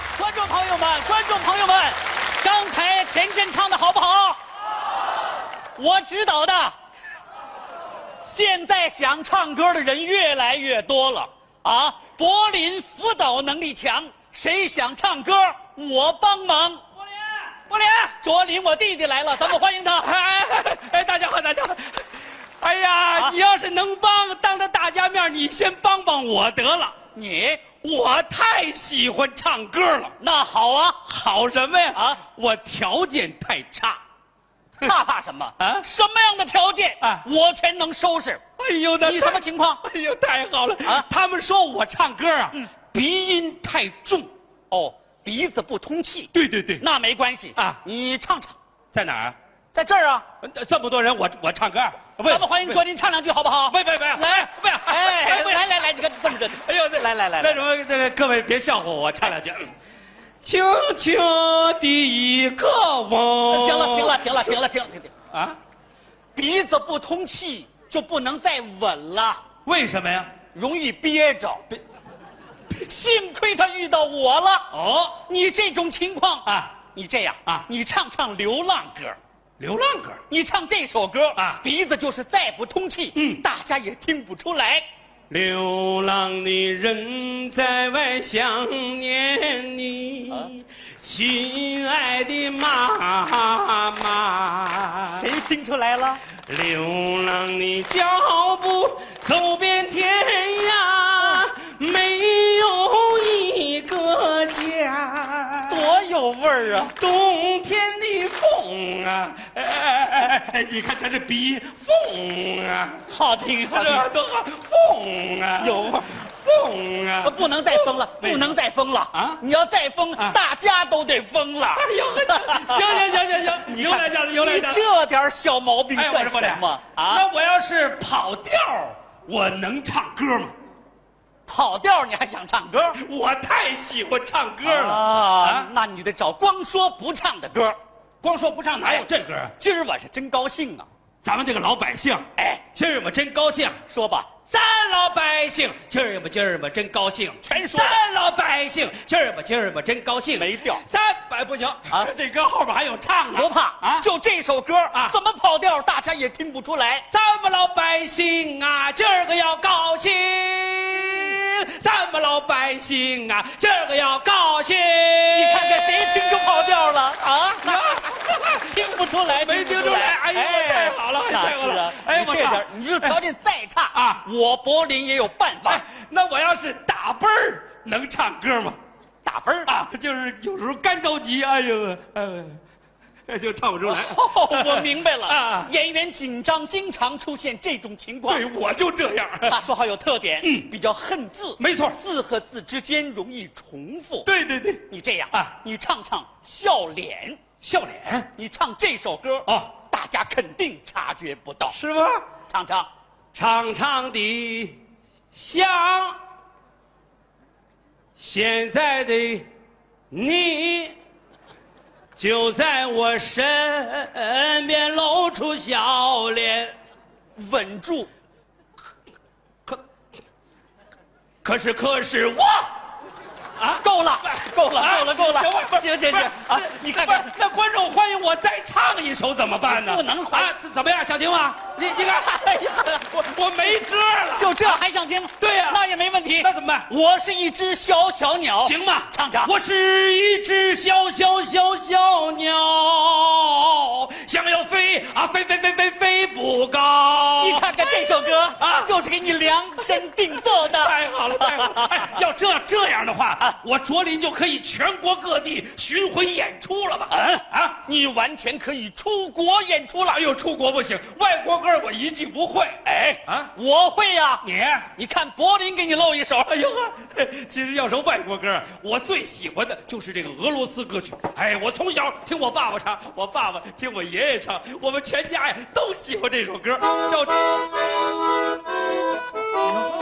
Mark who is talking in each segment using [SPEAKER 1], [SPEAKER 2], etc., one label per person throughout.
[SPEAKER 1] 方朋友们、观众朋友们，刚才田震唱的好不好？我指导的。现在想唱歌的人越来越多了啊！柏林辅导能力强，谁想唱歌我帮忙。
[SPEAKER 2] 柏林，柏林，
[SPEAKER 1] 卓林，我弟弟来了，咱们欢迎他。
[SPEAKER 2] 哎哎哎，大家好，大家好。哎呀，
[SPEAKER 1] 啊
[SPEAKER 2] 你要是能帮，当着大家面，你先帮帮我得了。
[SPEAKER 1] 你
[SPEAKER 2] 我太喜欢唱歌了，
[SPEAKER 1] 哎那好啊，
[SPEAKER 2] 好什么呀？
[SPEAKER 1] 啊
[SPEAKER 2] 啊，我条件太差。
[SPEAKER 1] 差怕什么啊
[SPEAKER 2] 啊？
[SPEAKER 1] 什么样的条件
[SPEAKER 2] 啊
[SPEAKER 1] 我全能收拾。
[SPEAKER 2] 哎呦，那
[SPEAKER 1] 你什么
[SPEAKER 2] 太
[SPEAKER 1] 情况？
[SPEAKER 2] 哎呦，太好了
[SPEAKER 1] 啊嗯
[SPEAKER 2] 啊！他们说我唱歌啊，鼻音太重。
[SPEAKER 1] 哦，鼻子不通气，
[SPEAKER 2] 对对对，
[SPEAKER 1] 那没关系啊
[SPEAKER 2] 嗯啊，
[SPEAKER 1] 你唱唱，
[SPEAKER 2] 在哪儿啊？
[SPEAKER 1] 在这儿啊，
[SPEAKER 2] 呃这么多人，我我唱歌啊，不
[SPEAKER 1] 咱们欢迎卓林唱两句好不好？
[SPEAKER 2] 喂喂喂，
[SPEAKER 1] 来，
[SPEAKER 2] 喂，
[SPEAKER 1] 哎，
[SPEAKER 2] 喂
[SPEAKER 1] 来来来，你看这么着，
[SPEAKER 2] 哎呦，这
[SPEAKER 1] 来来来
[SPEAKER 2] 那
[SPEAKER 1] 来
[SPEAKER 2] 什么，这个各位别笑话我，唱两句。轻轻的一个吻。
[SPEAKER 1] 呃行了，停了，停了，停了，停了，停了，
[SPEAKER 2] 啊？
[SPEAKER 1] 鼻子不通气就不能再吻了，
[SPEAKER 2] 为什么呀？
[SPEAKER 1] 容易憋着
[SPEAKER 2] 憋。
[SPEAKER 1] 幸亏他遇到我了，
[SPEAKER 2] 哦，
[SPEAKER 1] 你这种情况啊
[SPEAKER 2] 啊，
[SPEAKER 1] 你这样啊
[SPEAKER 2] 啊，
[SPEAKER 1] 你唱唱流浪歌。
[SPEAKER 2] 流浪歌。
[SPEAKER 1] 你唱这首歌啊
[SPEAKER 2] 啊，
[SPEAKER 1] 鼻子就是再不通气，嗯，
[SPEAKER 2] 嗯
[SPEAKER 1] 大家也听不出来。
[SPEAKER 2] 流浪的人在外想念你，
[SPEAKER 1] 啊
[SPEAKER 2] 亲爱的妈妈。
[SPEAKER 1] 谁听出来了？
[SPEAKER 2] 流浪的脚步走遍天涯，没有一个家。
[SPEAKER 1] 多有味儿啊！
[SPEAKER 2] 冬天的风啊，哎哎哎哎，你看他这鼻音，风啊，
[SPEAKER 1] 好听，好
[SPEAKER 2] 这
[SPEAKER 1] 听，
[SPEAKER 2] 多好，风啊，
[SPEAKER 1] 有味儿，
[SPEAKER 2] 风啊，
[SPEAKER 1] 不能再疯了，
[SPEAKER 2] 为
[SPEAKER 1] 不
[SPEAKER 2] 什么
[SPEAKER 1] 能再疯了啊
[SPEAKER 2] 啊！
[SPEAKER 1] 你要再疯，
[SPEAKER 2] 啊
[SPEAKER 1] 大家都得疯了。
[SPEAKER 2] 哎呦，行行行行行，有两下子，有两
[SPEAKER 1] 你
[SPEAKER 2] 下子。
[SPEAKER 1] 这点小毛病
[SPEAKER 2] 哎，我
[SPEAKER 1] 算
[SPEAKER 2] 说
[SPEAKER 1] 什么啊？
[SPEAKER 2] 那我要是跑调儿，我能唱歌吗？
[SPEAKER 1] 跑调你还想唱歌？
[SPEAKER 2] 我太喜欢唱歌了
[SPEAKER 1] 啊
[SPEAKER 2] 啊！，
[SPEAKER 1] 那你得找光说不唱的歌。
[SPEAKER 2] 光说不唱哪有这歌啊？
[SPEAKER 1] 今儿我是真高兴啊！
[SPEAKER 2] 咱们这个老百姓，
[SPEAKER 1] 哎，
[SPEAKER 2] 今儿我真高兴。
[SPEAKER 1] 说吧，
[SPEAKER 2] 咱老百姓，今儿吧今儿吧真高兴。
[SPEAKER 1] 全说了
[SPEAKER 2] 咱老百姓，今儿吧今儿吧真高兴。
[SPEAKER 1] 没调
[SPEAKER 2] 咱哎不行
[SPEAKER 1] 啊
[SPEAKER 2] 这歌后边还有唱呢。
[SPEAKER 1] 不怕啊，
[SPEAKER 2] 啊，
[SPEAKER 1] 就这首歌
[SPEAKER 2] 啊
[SPEAKER 1] 怎么跑调大家也听不出来。
[SPEAKER 2] 咱们老百姓啊，今儿个要高兴。咱们老百姓啊，今儿个要高兴。
[SPEAKER 1] 你
[SPEAKER 2] 你
[SPEAKER 1] 看看谁听出跑调了 啊？听不出来，
[SPEAKER 2] 没听
[SPEAKER 1] 不
[SPEAKER 2] 出来哎呦太好了
[SPEAKER 1] 那
[SPEAKER 2] 太好
[SPEAKER 1] 是啊
[SPEAKER 2] 了，哎
[SPEAKER 1] 哎，你
[SPEAKER 2] 我
[SPEAKER 1] 这
[SPEAKER 2] 操
[SPEAKER 1] 点儿，你这条件再差啊
[SPEAKER 2] 啊，
[SPEAKER 1] 我柏林也有办法
[SPEAKER 2] 哎，，那我要是打奔儿，能唱歌吗？
[SPEAKER 1] 打分儿 吧。
[SPEAKER 2] 啊，就是有时候干着急，哎呦，呃，哎就唱不出来。
[SPEAKER 1] 哦，我明白了
[SPEAKER 2] 哎啊，
[SPEAKER 1] 演员紧张经常出现这种情况
[SPEAKER 2] 对，。我就这样。
[SPEAKER 1] 他说话有特点，嗯，比较恨字，
[SPEAKER 2] 没错
[SPEAKER 1] 字和字之间容易重复。，
[SPEAKER 2] 对对对，
[SPEAKER 1] 你这样啊
[SPEAKER 2] 啊，
[SPEAKER 1] 你唱唱笑脸，
[SPEAKER 2] 笑脸
[SPEAKER 1] 你唱这首歌啊
[SPEAKER 2] 哦，
[SPEAKER 1] 大家肯定察觉不到。
[SPEAKER 2] 是吗？
[SPEAKER 1] 唱唱，
[SPEAKER 2] 长长的想现在的你就在我身边露出笑脸，
[SPEAKER 1] 稳住。
[SPEAKER 2] 可可是可是我啊。
[SPEAKER 1] 够了，够了，够了，够了
[SPEAKER 2] 哎行吧，不，是
[SPEAKER 1] 行行行
[SPEAKER 2] 不
[SPEAKER 1] 啊
[SPEAKER 2] 是！
[SPEAKER 1] 你看
[SPEAKER 2] 不是
[SPEAKER 1] 看，
[SPEAKER 2] 那观众欢迎我再唱一首怎么办呢？
[SPEAKER 1] 不能欢迎
[SPEAKER 2] 啊！怎怎么样，想听吗？你你看，
[SPEAKER 1] 哎呀，
[SPEAKER 2] 我我没歌 了，
[SPEAKER 1] 就这还想听？
[SPEAKER 2] 对呀
[SPEAKER 1] 那也没问题。
[SPEAKER 2] 那怎么办？
[SPEAKER 1] 我是一只小小鸟，
[SPEAKER 2] 行吗？
[SPEAKER 1] 唱唱
[SPEAKER 2] 我是一只小小小小鸟，想要飞啊，飞飞飞飞飞不高。
[SPEAKER 1] 你看看这首歌啊
[SPEAKER 2] 啊，
[SPEAKER 1] 就是给你量身定做的。
[SPEAKER 2] 太好了，太好了！哎，要这这样的
[SPEAKER 1] 啊
[SPEAKER 2] 话，我卓林就可以全国各地巡回演出了吧？嗯啊，
[SPEAKER 1] 你完全可以出国演出了。
[SPEAKER 2] 哎呦，出国不行，外国歌我一句不会。
[SPEAKER 1] 哎啊
[SPEAKER 2] 啊，
[SPEAKER 1] 我会呀。
[SPEAKER 2] 你，
[SPEAKER 1] 你看柏林给你露一手。
[SPEAKER 2] 哎呦呵，其实要说外国歌，我最喜欢的就是这个俄罗斯歌曲。哎，我从小听我爸爸唱，我爸爸听我爷爷唱，我们全家呀都喜欢这首歌，叫。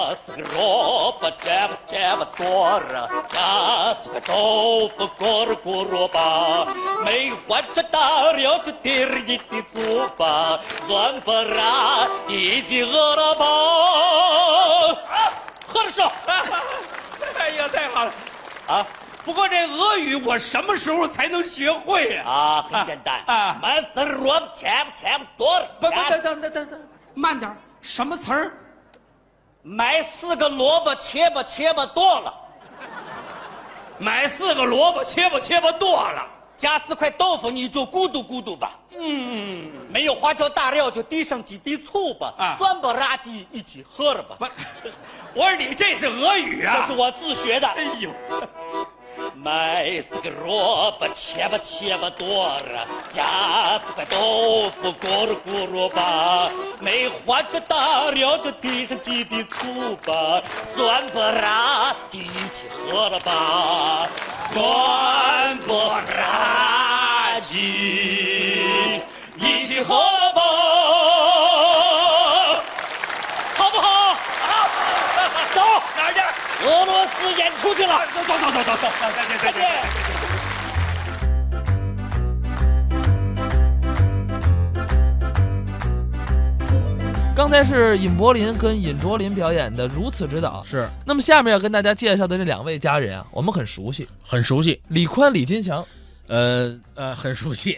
[SPEAKER 1] Маскропа, чева, чева, тора, каска, тофа, кора, куропа. Мей хвача тарьо, четыре дити цупа, злан пара, дити гороба. 喝着
[SPEAKER 2] 哎
[SPEAKER 1] 啊
[SPEAKER 2] 不过这俄语我什么时候才能学会呀、
[SPEAKER 1] 啊，很简单
[SPEAKER 2] 啊
[SPEAKER 1] 啊，马斯罗前前多
[SPEAKER 2] 不不，等等等等等，慢点儿，什么词儿？
[SPEAKER 1] 买四个萝卜，切吧切吧剁了，
[SPEAKER 2] 买四个萝卜，切吧切吧剁了。
[SPEAKER 1] 加四块豆腐，你就咕嘟咕嘟吧。
[SPEAKER 2] 嗯，
[SPEAKER 1] 没有花椒大料就滴上几滴醋吧，
[SPEAKER 2] 啊
[SPEAKER 1] 酸不拉几一起喝了吧。
[SPEAKER 2] 不， 啊我说你这是俄语啊？
[SPEAKER 1] 这是我自学的
[SPEAKER 2] 哎。呦，
[SPEAKER 1] 买四个萝卜，切吧切吧剁了，加四块豆腐，咕噜咕噜吧。没花椒大料就滴上几滴醋吧，酸不拉几一起喝了吧，酸不拉几一起喝了吧，好不好？走，
[SPEAKER 2] 哪儿去？
[SPEAKER 1] 俄罗斯演出去了。
[SPEAKER 2] 走走走走走走，再见
[SPEAKER 1] 再
[SPEAKER 2] 再见。
[SPEAKER 1] 见。
[SPEAKER 3] 刚才是尹柏林跟尹卓林表演的《如此指导》。
[SPEAKER 4] 是
[SPEAKER 3] 那么下面要跟大家介绍的这两位佳人啊，我们很熟悉，
[SPEAKER 4] 很熟悉，
[SPEAKER 3] 李宽、李金强。
[SPEAKER 4] 呃呃，很熟悉，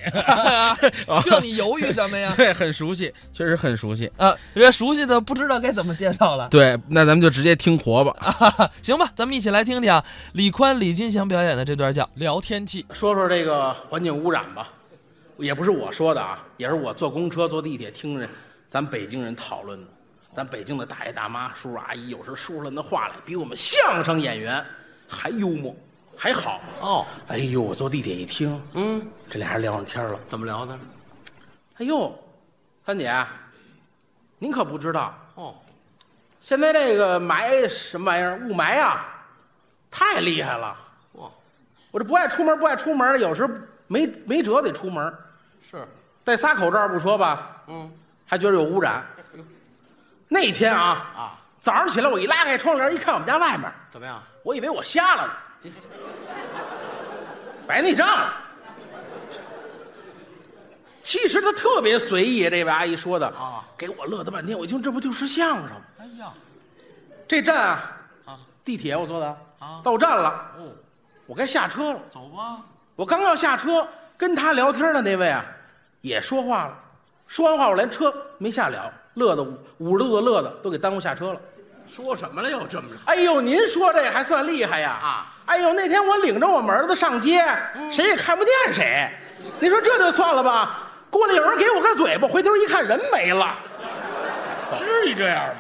[SPEAKER 3] 这你犹豫什么呀？
[SPEAKER 4] 对，很熟悉，确实很熟悉。
[SPEAKER 3] 啊，人家熟悉的不知道该怎么介绍了。
[SPEAKER 4] 对，那咱们就直接听活吧。
[SPEAKER 3] 行吧，咱们一起来听听啊，李宽、李金祥表演的这段叫《聊天记》。
[SPEAKER 5] 说说这个环境污染吧，也不是我说的啊，也是我坐公车、坐地铁听着咱北京人讨论的。咱北京的大爷大妈、叔叔阿姨，有时候说出来那话来，比我们相声演员还幽默，还好
[SPEAKER 6] 哦。
[SPEAKER 5] 哎呦，我坐地铁一听，
[SPEAKER 6] 嗯，
[SPEAKER 5] 这俩人聊上天了。
[SPEAKER 6] 怎么聊的？
[SPEAKER 5] 哎呦，三姐，您可不知道，
[SPEAKER 6] 哦，
[SPEAKER 5] 现在这个霾什么玩意儿，雾霾啊，太厉害了。
[SPEAKER 6] 哇，
[SPEAKER 5] 我这不爱出门，不爱出门，有时候没没辙得出门。
[SPEAKER 6] 是，
[SPEAKER 5] 戴仨口罩不说吧，
[SPEAKER 6] 嗯哎
[SPEAKER 5] 还觉得有污染。那天啊，
[SPEAKER 6] 啊，
[SPEAKER 5] 早上起来我一拉开窗帘，一看我们家外面，
[SPEAKER 6] 怎么样？
[SPEAKER 5] 我以为我瞎了呢，白内障了。其实他特别随意，这位阿姨说的
[SPEAKER 6] 啊，
[SPEAKER 5] 给我乐的半天。我一听，这不就是相声吗？
[SPEAKER 6] 哎呀，
[SPEAKER 5] 这站啊，
[SPEAKER 6] 啊
[SPEAKER 5] 地铁我坐的
[SPEAKER 6] 啊
[SPEAKER 5] 到站了，
[SPEAKER 6] 哦，
[SPEAKER 5] 我该下车了。
[SPEAKER 6] 走吧。
[SPEAKER 5] 我刚要下车，跟他聊天的那位啊，也说话了。说完话，我连车没下了，乐的捂着肚子乐的都给耽误下车了。
[SPEAKER 6] 说什么了又这么着？
[SPEAKER 5] 哎呦，您说这还算厉害呀？
[SPEAKER 6] 啊！嗯
[SPEAKER 5] 哎呦，那天我领着我们儿子上街，谁也看不见谁。你说这就算了吧，过来有人给我个嘴巴，回头一看人没了。
[SPEAKER 2] 至于这样吗？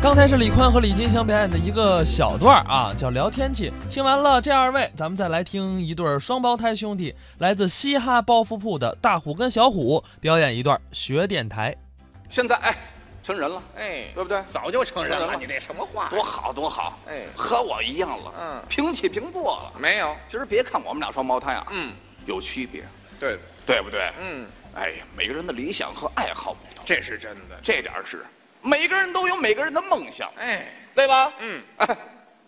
[SPEAKER 3] 刚才是李宽和李金祥表演的一个小段儿啊，叫《聊天记》。听完了这二位，咱们再来听一对儿双胞胎兄弟，来自嘻哈包袱铺的大虎跟小虎表演一段学电台。
[SPEAKER 7] 现在哎，成人了，哎，对不对？
[SPEAKER 6] 早就承认
[SPEAKER 7] 承
[SPEAKER 6] 了，
[SPEAKER 7] 认了
[SPEAKER 6] 你这什么话？
[SPEAKER 7] 多好多好，
[SPEAKER 6] 哎
[SPEAKER 7] 和我一样了，
[SPEAKER 6] 嗯
[SPEAKER 7] 平起平坐了。
[SPEAKER 6] 没有，
[SPEAKER 7] 其实别看我们俩双胞胎啊，
[SPEAKER 6] 嗯，
[SPEAKER 7] 有区别，
[SPEAKER 6] 对，
[SPEAKER 7] 对不对？
[SPEAKER 6] 嗯，
[SPEAKER 7] 哎呀，每个人的理想和爱好不同，
[SPEAKER 6] 这是真的。
[SPEAKER 7] 这点儿是每个人都有每个人的梦想，
[SPEAKER 6] 哎，
[SPEAKER 7] 对吧？
[SPEAKER 6] 嗯，
[SPEAKER 7] 哎，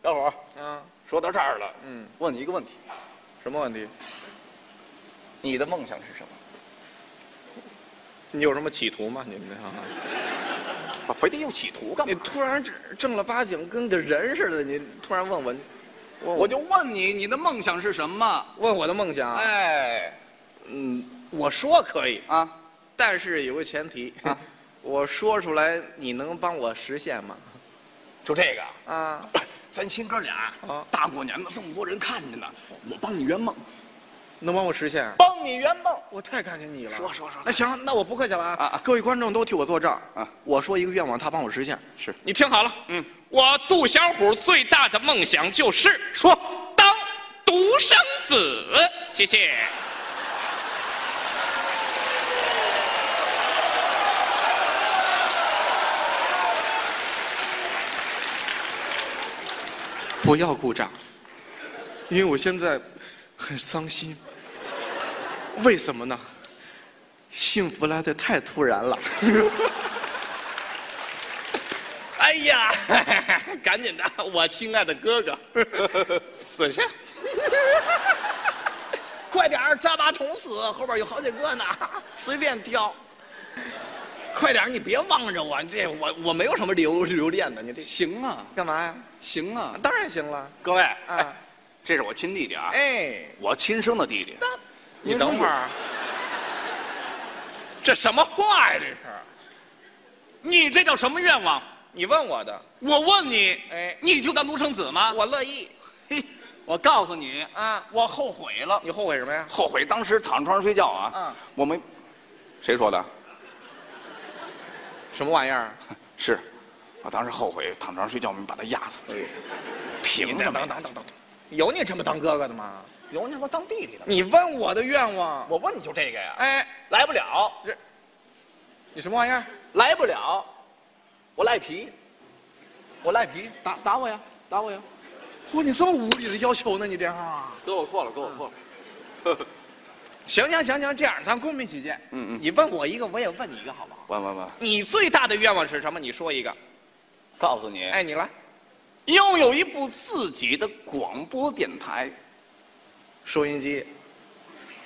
[SPEAKER 7] 小伙儿
[SPEAKER 6] 嗯，
[SPEAKER 7] 说到这儿了，
[SPEAKER 6] 嗯，
[SPEAKER 7] 问你一个问题，
[SPEAKER 6] 什么问题？
[SPEAKER 7] 你的梦想是什么？
[SPEAKER 6] 你有什么企图吗？你们这行啊
[SPEAKER 7] 我啊非得有企图干嘛
[SPEAKER 6] 你？突然正正儿八经跟个人似的，你突然问我，我
[SPEAKER 7] 我就问你，你的梦想是什么？
[SPEAKER 6] 问我的梦想。啊
[SPEAKER 7] 哎，
[SPEAKER 6] 嗯，我说可以，
[SPEAKER 7] 啊，
[SPEAKER 6] 但是有个前提，
[SPEAKER 7] 啊
[SPEAKER 6] 我说出来，你能帮我实现吗？
[SPEAKER 7] 就这个啊。
[SPEAKER 6] 啊，
[SPEAKER 7] 咱亲哥俩
[SPEAKER 6] 啊
[SPEAKER 7] 大过年的这么多人看着呢，我帮你圆梦，
[SPEAKER 6] 能帮我实现？啊
[SPEAKER 7] 帮你圆梦。
[SPEAKER 6] 我太感谢你了。
[SPEAKER 7] 说说说
[SPEAKER 6] 那行，那我不客气了啊！
[SPEAKER 7] 啊啊
[SPEAKER 6] 各位观众都替我做证
[SPEAKER 7] 啊
[SPEAKER 6] 我说一个愿望，他帮我实现。
[SPEAKER 7] 是
[SPEAKER 6] 你听好了，
[SPEAKER 7] 嗯，
[SPEAKER 6] 我杜小虎最大的梦想就是
[SPEAKER 7] 说，
[SPEAKER 6] 当独生子。谢谢。不要鼓掌，因为我现在很伤心。为什么呢？幸福来得太突然了。哎呀， 赶紧的，我亲爱的 哥哥，死去！ 快点儿，扎马桶死，后边有好几个呢，随便挑。
[SPEAKER 7] 快点儿，你别望着我，这我我没有什么留留恋的，你这
[SPEAKER 6] 行啊，干嘛呀？
[SPEAKER 7] 行啊
[SPEAKER 6] 当然行了。
[SPEAKER 7] 各位，
[SPEAKER 6] 啊
[SPEAKER 7] 哎，这是我亲弟弟啊，
[SPEAKER 6] 哎，
[SPEAKER 7] 我亲生的弟弟。
[SPEAKER 6] 您等会儿，
[SPEAKER 7] 这什么话呀？这是，你这叫什么愿望？
[SPEAKER 6] 你问我的，
[SPEAKER 7] 我问你，
[SPEAKER 6] 哎
[SPEAKER 7] 你就当独生子吗？
[SPEAKER 6] 我乐意。
[SPEAKER 7] 嘿，我告诉你
[SPEAKER 6] 啊
[SPEAKER 7] 我后悔了，
[SPEAKER 6] 你后悔什么呀？
[SPEAKER 7] 后悔当时躺床上睡觉啊。
[SPEAKER 6] 嗯，
[SPEAKER 7] 我没，谁说的？
[SPEAKER 6] 什么玩意儿？
[SPEAKER 7] 是，我当时后悔躺床上睡觉，我们把他压死。凭什么呀？
[SPEAKER 6] 等等，有你这么当哥哥的吗？
[SPEAKER 7] 有你说当弟弟的，
[SPEAKER 6] 你问我的愿望，
[SPEAKER 7] 我问你就这个呀？
[SPEAKER 6] 哎，
[SPEAKER 7] 来不了，
[SPEAKER 6] 你什么玩意儿？
[SPEAKER 7] 来不了，我赖皮，我赖皮，打打我呀，打我呀！
[SPEAKER 6] 嚯，你这么无理的要求呢？你这哈？
[SPEAKER 7] 哥，我错了，哥，我错了。
[SPEAKER 6] 行行行行，这样咱公平起见，
[SPEAKER 7] 嗯嗯
[SPEAKER 6] 你问我一个，我也问你一个，好不好？
[SPEAKER 7] 完完完，
[SPEAKER 6] 你最大的愿望是什么？你说一个。
[SPEAKER 7] 告诉你，
[SPEAKER 6] 哎，你来
[SPEAKER 7] 拥有一部自己的广播电台，
[SPEAKER 6] 收音机，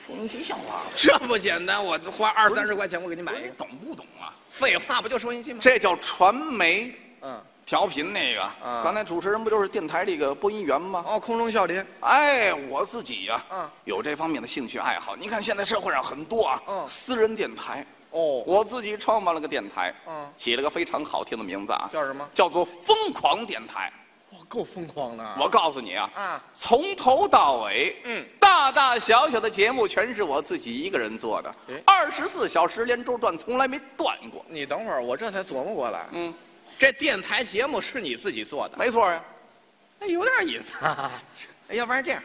[SPEAKER 7] 说明吉祥话了。
[SPEAKER 6] 这不简单，我花二三十块钱我给你买
[SPEAKER 7] 哎
[SPEAKER 6] 一
[SPEAKER 7] 你
[SPEAKER 6] 个。
[SPEAKER 7] 懂不懂啊？
[SPEAKER 6] 废话，不就收音机吗？
[SPEAKER 7] 这叫传媒
[SPEAKER 6] 嗯，
[SPEAKER 7] 调频那个。
[SPEAKER 6] 嗯
[SPEAKER 7] 刚才主持人不就是电台这个播音员吗？
[SPEAKER 6] 哦，空中笑林，
[SPEAKER 7] 哎，我自己呀、
[SPEAKER 6] 嗯
[SPEAKER 7] 有这方面的兴趣爱好。你看现在社会上很多啊，
[SPEAKER 6] 嗯
[SPEAKER 7] 私人电台。
[SPEAKER 6] 哦，
[SPEAKER 7] 我自己创办了个电台，
[SPEAKER 6] 嗯
[SPEAKER 7] 起了个非常好听的名字啊，
[SPEAKER 6] 叫什么
[SPEAKER 7] 叫做“疯狂电台
[SPEAKER 6] 哇，够疯狂的”。。
[SPEAKER 7] 我告诉你啊，
[SPEAKER 6] 嗯
[SPEAKER 7] 从头到尾，
[SPEAKER 6] 嗯，
[SPEAKER 7] 大大小小的节目全是我自己一个人做的
[SPEAKER 6] 诶，
[SPEAKER 7] 二十四小时连轴转，从来没断过。
[SPEAKER 6] 你等会儿，我这才琢磨过来，
[SPEAKER 7] 嗯，
[SPEAKER 6] 这电台节目是你自己做的，
[SPEAKER 7] 没错呀、
[SPEAKER 6] 哎，有点意思。哎，要不然这样，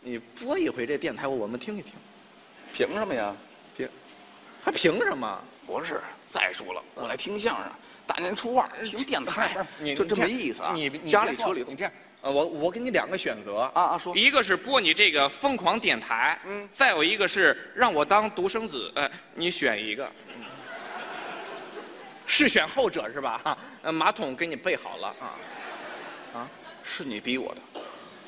[SPEAKER 6] 你播一回这电台，我们听一听。
[SPEAKER 7] 凭什么呀？
[SPEAKER 6] 凭，还凭什么？
[SPEAKER 7] 不是，再说了，我来听相声，大年初二
[SPEAKER 6] 嗯
[SPEAKER 7] 听电台，这这没意思啊。
[SPEAKER 6] 你
[SPEAKER 7] 家里车里
[SPEAKER 6] 你这样，呃，我我给你两个选择
[SPEAKER 7] 啊啊说
[SPEAKER 6] 一个是播你这个疯狂电台，
[SPEAKER 7] 嗯
[SPEAKER 6] 再有一个是让我当独生子，呃，你选一个。嗯是选后者是吧？哈、呃马桶给你备好了啊，
[SPEAKER 7] 是你逼我的。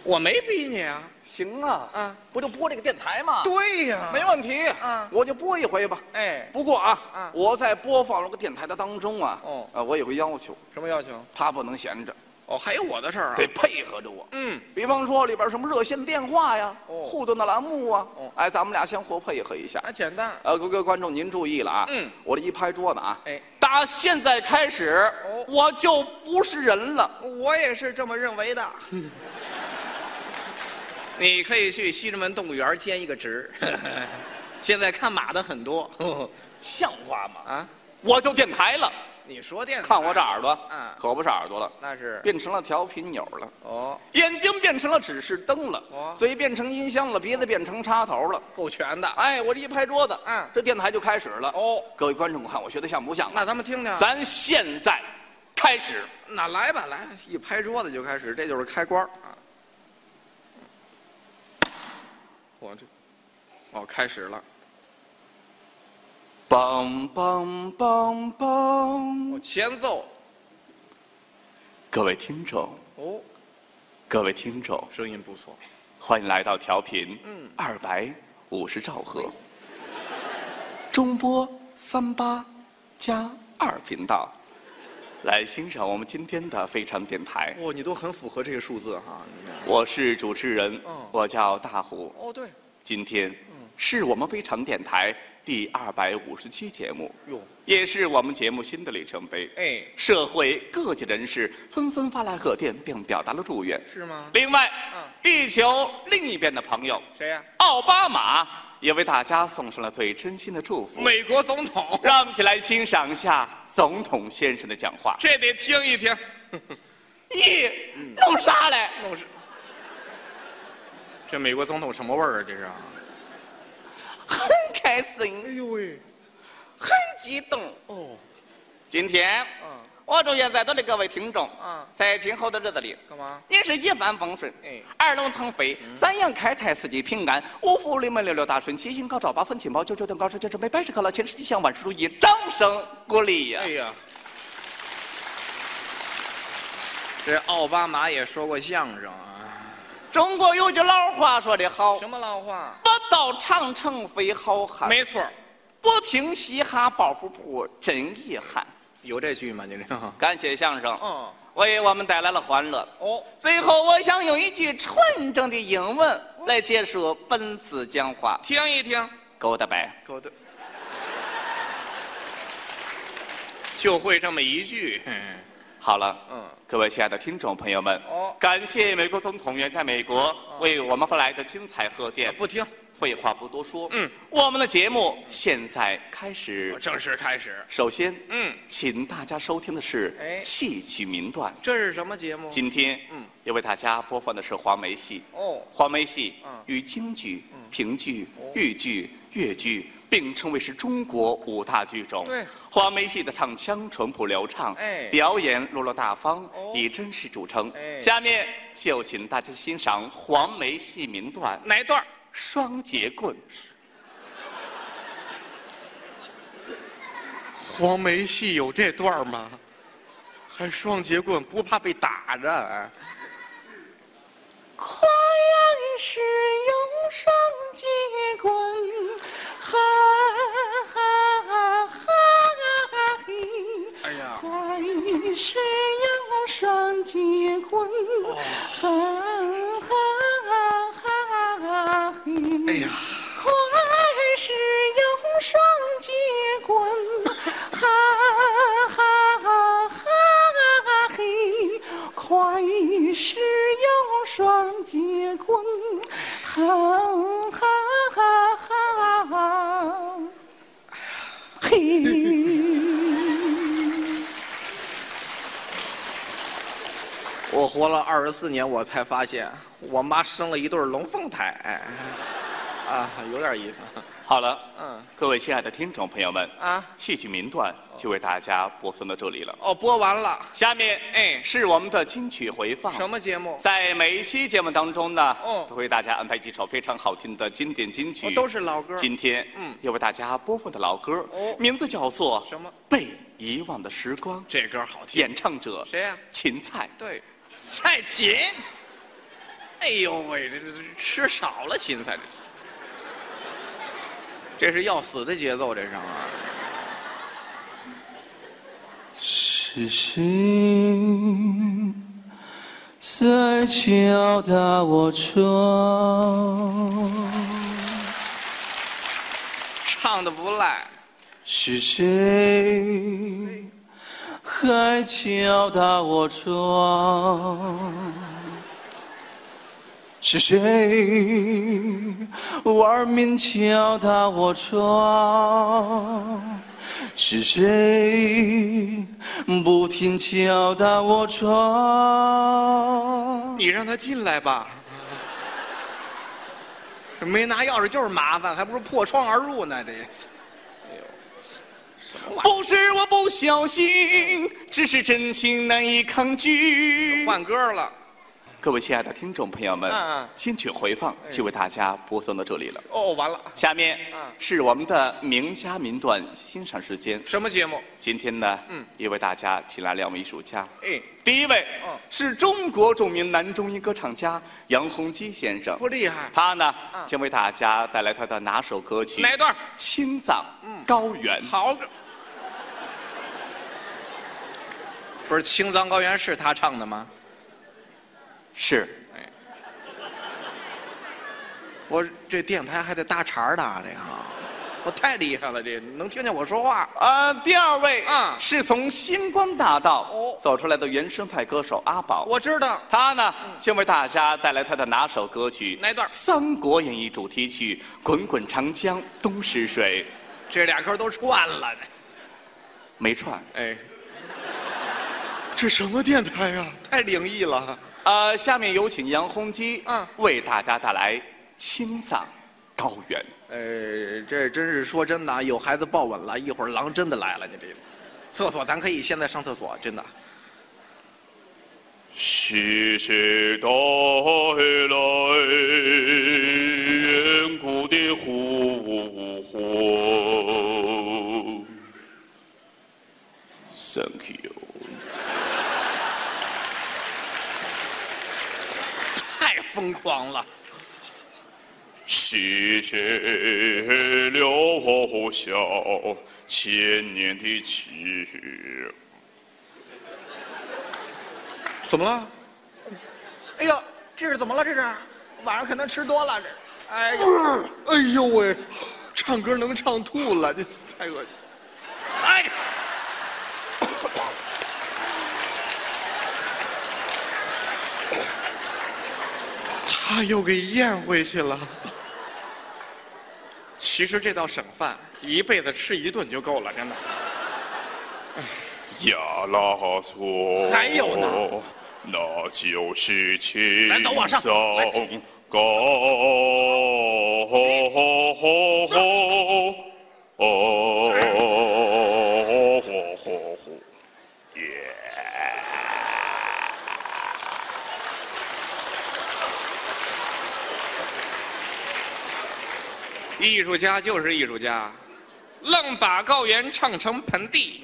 [SPEAKER 6] 我没逼你啊。
[SPEAKER 7] 行啊，
[SPEAKER 6] 啊，
[SPEAKER 7] 不就播这个电台吗？
[SPEAKER 6] 对呀、
[SPEAKER 7] 没问题，
[SPEAKER 6] 啊
[SPEAKER 7] 我就播一回吧。
[SPEAKER 6] 哎，
[SPEAKER 7] 不过啊
[SPEAKER 6] 啊，
[SPEAKER 7] 我在播放这个电台的当中啊，
[SPEAKER 6] 哦
[SPEAKER 7] 啊，我有个要求，
[SPEAKER 6] 什么要求？
[SPEAKER 7] 他不能闲着，
[SPEAKER 6] 哦，还有我的事儿啊。
[SPEAKER 7] 得配合着我。
[SPEAKER 6] 嗯，
[SPEAKER 7] 比方说里边什么热线电话呀，
[SPEAKER 6] 哦
[SPEAKER 7] 互动的栏目啊
[SPEAKER 6] 哦，
[SPEAKER 7] 哎，咱们俩相互配合一下。
[SPEAKER 6] 啊，简单。
[SPEAKER 7] 呃，各位观众您注意了啊，
[SPEAKER 6] 嗯
[SPEAKER 7] 我这一拍桌子啊，
[SPEAKER 6] 哎
[SPEAKER 7] 打现在开始，
[SPEAKER 6] 哦
[SPEAKER 7] 我就不是人了。
[SPEAKER 6] 我也是这么认为的。你可以去西直门动物园兼一个职， 现在看马的很多
[SPEAKER 7] 像话吗？
[SPEAKER 6] 啊。
[SPEAKER 7] 我就电台了，
[SPEAKER 6] 你说电
[SPEAKER 7] 看我这耳朵，
[SPEAKER 6] 哦嗯
[SPEAKER 7] 可不是耳朵了，
[SPEAKER 6] 那是
[SPEAKER 7] 变成了调频钮了。
[SPEAKER 6] 哦，
[SPEAKER 7] 眼睛变成了指示灯了
[SPEAKER 6] 哦，
[SPEAKER 7] 嘴变成音箱了，鼻子变成插头了。
[SPEAKER 6] 够全的。
[SPEAKER 7] 哎，我这一拍桌子，
[SPEAKER 6] 嗯
[SPEAKER 7] 这电台就开始了。
[SPEAKER 6] 哦，
[SPEAKER 7] 各位观众，我看我学的像不像啊？
[SPEAKER 6] 那咱们听听，
[SPEAKER 7] 咱现在开始，
[SPEAKER 6] 那来吧，来吧，一拍桌子就开始，这就是开关儿啊。我这，哦，开始了，
[SPEAKER 7] 梆梆梆
[SPEAKER 6] 我
[SPEAKER 7] 梆。
[SPEAKER 6] 前奏
[SPEAKER 7] 各位听众，
[SPEAKER 6] 哦，
[SPEAKER 7] 各位听众，
[SPEAKER 6] 声音不错，
[SPEAKER 7] 欢迎来到调频，嗯，二百五十兆赫，中波三八加二频道，来欣赏我们今天的非常电台。
[SPEAKER 6] 哦，你都很符合这个数字哈。你这
[SPEAKER 7] 我是主持人，
[SPEAKER 6] 嗯
[SPEAKER 7] 我叫大虎。
[SPEAKER 6] 哦，对，
[SPEAKER 7] 今天是我们非常电台第二百五十期节目，
[SPEAKER 6] 哟，
[SPEAKER 7] 也是我们节目新的里程碑。
[SPEAKER 6] 哎，
[SPEAKER 7] 社会各界人士纷纷发来贺电，并表达了祝愿。
[SPEAKER 6] 是吗？
[SPEAKER 7] 另外
[SPEAKER 6] 嗯，
[SPEAKER 7] 地球另一边的朋友
[SPEAKER 6] 谁呀、
[SPEAKER 7] 奥巴马也为大家送上了最真心的祝福。
[SPEAKER 6] 美国总统，
[SPEAKER 7] 让我们一起来欣赏一下总统先生的讲话。
[SPEAKER 6] 这得听一听。
[SPEAKER 7] 咦，弄啥嘞？
[SPEAKER 6] 弄是，这美国总统什么味儿啊？这是啊？
[SPEAKER 7] 很开心。
[SPEAKER 6] 哎呦喂，
[SPEAKER 7] 很激动。
[SPEAKER 6] 哦，
[SPEAKER 7] 今天，
[SPEAKER 6] 嗯
[SPEAKER 7] 我祝愿在座的各位听众，
[SPEAKER 6] 嗯
[SPEAKER 7] 在今后的日子里，
[SPEAKER 6] 干嘛？
[SPEAKER 7] 您是一帆风顺，
[SPEAKER 6] 哎嗯
[SPEAKER 7] 二龙腾飞，三阳开泰，四季平安，五福临门，六六大顺，七星高照，八分金宝，九九等高寿，九九杯，百事可乐，千事吉祥，万事如意，掌声鼓励呀！
[SPEAKER 6] 哎呀，这奥巴马也说过相声啊。
[SPEAKER 7] 中国有句老话说得好，
[SPEAKER 6] 什么老话？
[SPEAKER 7] 不到长城非好汉。
[SPEAKER 6] 没错儿，
[SPEAKER 7] 不停嘻哈包袱铺真遗憾。
[SPEAKER 6] 有这句吗？你这个
[SPEAKER 7] 感谢相声，
[SPEAKER 6] 嗯
[SPEAKER 7] 为我们带来了欢乐。
[SPEAKER 6] 哦，
[SPEAKER 7] 最后，我想用一句纯正的英文来结束本次讲话。
[SPEAKER 6] 听一听，
[SPEAKER 7] Goodbye，
[SPEAKER 6] 狗的
[SPEAKER 7] 就会这么一句。好了，嗯，各位亲爱的听众朋友们，
[SPEAKER 6] 哦嗯
[SPEAKER 7] 感谢美国总统远在美国为我们发来的精彩贺电。
[SPEAKER 6] 啊不听，
[SPEAKER 7] 废话不多说，嗯，我们的节目现在开始。
[SPEAKER 6] 正式开始。
[SPEAKER 7] 首先，
[SPEAKER 6] 哦嗯，
[SPEAKER 7] 请大家收听的是
[SPEAKER 6] 哎
[SPEAKER 7] 戏曲名段。
[SPEAKER 6] 这是什么节目？
[SPEAKER 7] 今天，嗯
[SPEAKER 6] 嗯，
[SPEAKER 7] 要为大家播放的是黄梅戏。
[SPEAKER 6] 哦
[SPEAKER 7] 黄梅戏
[SPEAKER 6] 嗯哦
[SPEAKER 7] 与京剧、评剧、豫剧、越剧并称为是中国五大剧种。
[SPEAKER 6] 对
[SPEAKER 7] 黄梅戏的唱腔淳朴流畅，
[SPEAKER 6] 哎
[SPEAKER 7] 表演落落大方，
[SPEAKER 6] 哦
[SPEAKER 7] 以真实著称。
[SPEAKER 6] 哎
[SPEAKER 7] 下面就请大家欣赏黄梅戏名段《
[SPEAKER 6] 哪段儿？
[SPEAKER 7] 双截棍》。
[SPEAKER 6] 黄梅戏有这段儿吗？还双截棍，不怕被打着？哎
[SPEAKER 7] 夸样使用双截棍，哈哈哈哈嘿！
[SPEAKER 5] 哎呀
[SPEAKER 7] 夸样使用双截棍，哈哈哈哈嘿！哎呀，快使用双截棍，哈哈哈哈嘿！快使用双截棍，哈哈哈哈嘿！
[SPEAKER 6] 我活了二十四年，我才发现我妈生了一对儿龙凤胎。哎啊，有点意思。
[SPEAKER 7] 好了，嗯
[SPEAKER 6] 嗯，
[SPEAKER 7] 各位亲爱的听众朋友们啊
[SPEAKER 6] 啊，
[SPEAKER 7] 戏曲名段就为大家播送到这里了。
[SPEAKER 6] 哦，播完了，
[SPEAKER 7] 下面哎
[SPEAKER 6] 哎
[SPEAKER 7] 是我们的金曲回放。
[SPEAKER 6] 什？么节目？
[SPEAKER 7] 在每一期节目当中呢，
[SPEAKER 6] 哦
[SPEAKER 7] 都为大家安排几首非常好听的经典金曲，
[SPEAKER 6] 哦都是老歌
[SPEAKER 7] 今天嗯
[SPEAKER 6] 嗯，
[SPEAKER 7] 要为大家播放的老歌，
[SPEAKER 6] 哦
[SPEAKER 7] 名字叫做
[SPEAKER 6] 什么？
[SPEAKER 7] 被遗忘的时光。
[SPEAKER 6] 这歌好听。
[SPEAKER 7] 演唱者
[SPEAKER 6] 谁呀
[SPEAKER 7] 芹菜。
[SPEAKER 6] 对，蔡琴。哎呦喂，这这这吃少了芹菜，这这是要死的节奏，这是啊。
[SPEAKER 8] 是谁在敲打我窗？
[SPEAKER 6] 唱的不赖。
[SPEAKER 8] 是谁还敲打我窗？是谁玩命敲打我窗？是谁不停敲打我窗？
[SPEAKER 6] 你让他进来吧。没拿钥匙就是麻烦，还不如破窗而入呢。这，
[SPEAKER 7] 不是我不小心，只是真情难以抗拒。
[SPEAKER 6] 换歌了。
[SPEAKER 7] 各位亲爱的听众朋友们
[SPEAKER 6] 嗯嗯，
[SPEAKER 7] 金曲回放就为大家播送到这里了。
[SPEAKER 6] 哦，完了，
[SPEAKER 7] 下面
[SPEAKER 6] 嗯
[SPEAKER 7] 是我们的名家名段欣赏时间。
[SPEAKER 6] 什么节目？
[SPEAKER 7] 今天呢，嗯
[SPEAKER 6] 嗯，
[SPEAKER 7] 也为大家请来两位艺术家。
[SPEAKER 6] 哎，
[SPEAKER 7] 第一位
[SPEAKER 6] 嗯
[SPEAKER 7] 是中国著名男中音歌唱家杨洪基先生，
[SPEAKER 6] 不厉害。
[SPEAKER 7] 他呢
[SPEAKER 6] 嗯
[SPEAKER 7] 将为大家带来他的拿手歌曲
[SPEAKER 6] 哪段？
[SPEAKER 7] 《青藏高原》。
[SPEAKER 6] 好歌。不是《青藏高原》是他唱的吗？
[SPEAKER 7] 是
[SPEAKER 6] 我这电台还得搭茬儿的啊，这个我太厉害了，这能听见我说话。
[SPEAKER 7] 呃，第二位
[SPEAKER 6] 嗯
[SPEAKER 7] 是从星光大道
[SPEAKER 6] 哦
[SPEAKER 7] 走出来的原生态歌手阿宝。
[SPEAKER 6] 我知道，
[SPEAKER 7] 他呢，将为大家带来他的拿手歌曲，
[SPEAKER 6] 哪段
[SPEAKER 7] 《三国演义》主题曲《滚滚长江东逝水》，
[SPEAKER 6] 这俩歌都串了。
[SPEAKER 7] 没串。
[SPEAKER 6] 哎，这什么电台呀、太灵异了。
[SPEAKER 7] 呃，下面有请杨洪基，
[SPEAKER 6] 嗯
[SPEAKER 7] 为大家带来《青藏高原》。
[SPEAKER 6] 呃，这真是说真的啊，有孩子抱稳了，一会儿狼真的来了，你这个厕所咱可以现在上厕所，真的。
[SPEAKER 7] 时时带来远古的呼唤。Thank you。
[SPEAKER 6] 太疯狂了。
[SPEAKER 7] 细水流向千年的奇遇。
[SPEAKER 6] 怎么了？
[SPEAKER 9] 哎呦，这是怎么了？这是晚上可能吃多了，这是哎呀，
[SPEAKER 6] 哎呦喂，唱歌能唱吐了，这太恶心。
[SPEAKER 9] 哎呀，
[SPEAKER 6] 他又给咽回去了。其实这道省饭一辈子吃一顿就够了，真的。
[SPEAKER 7] 亚拉索，
[SPEAKER 5] 还有呢，
[SPEAKER 7] 那就是青
[SPEAKER 5] 来走往上来走
[SPEAKER 7] 藏高哦哦哦耶！
[SPEAKER 10] 艺术家就是艺术家，愣把高原唱成盆地，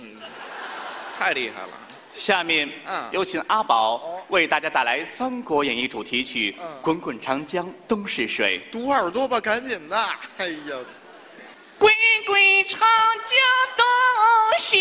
[SPEAKER 10] 太厉害了。
[SPEAKER 7] 下面，
[SPEAKER 10] 嗯
[SPEAKER 7] 有请阿宝为大家带来《三国演义》主题曲《滚滚长江东逝水》。
[SPEAKER 6] 堵耳朵吧，赶紧的！哎呀，
[SPEAKER 10] 滚滚长江东逝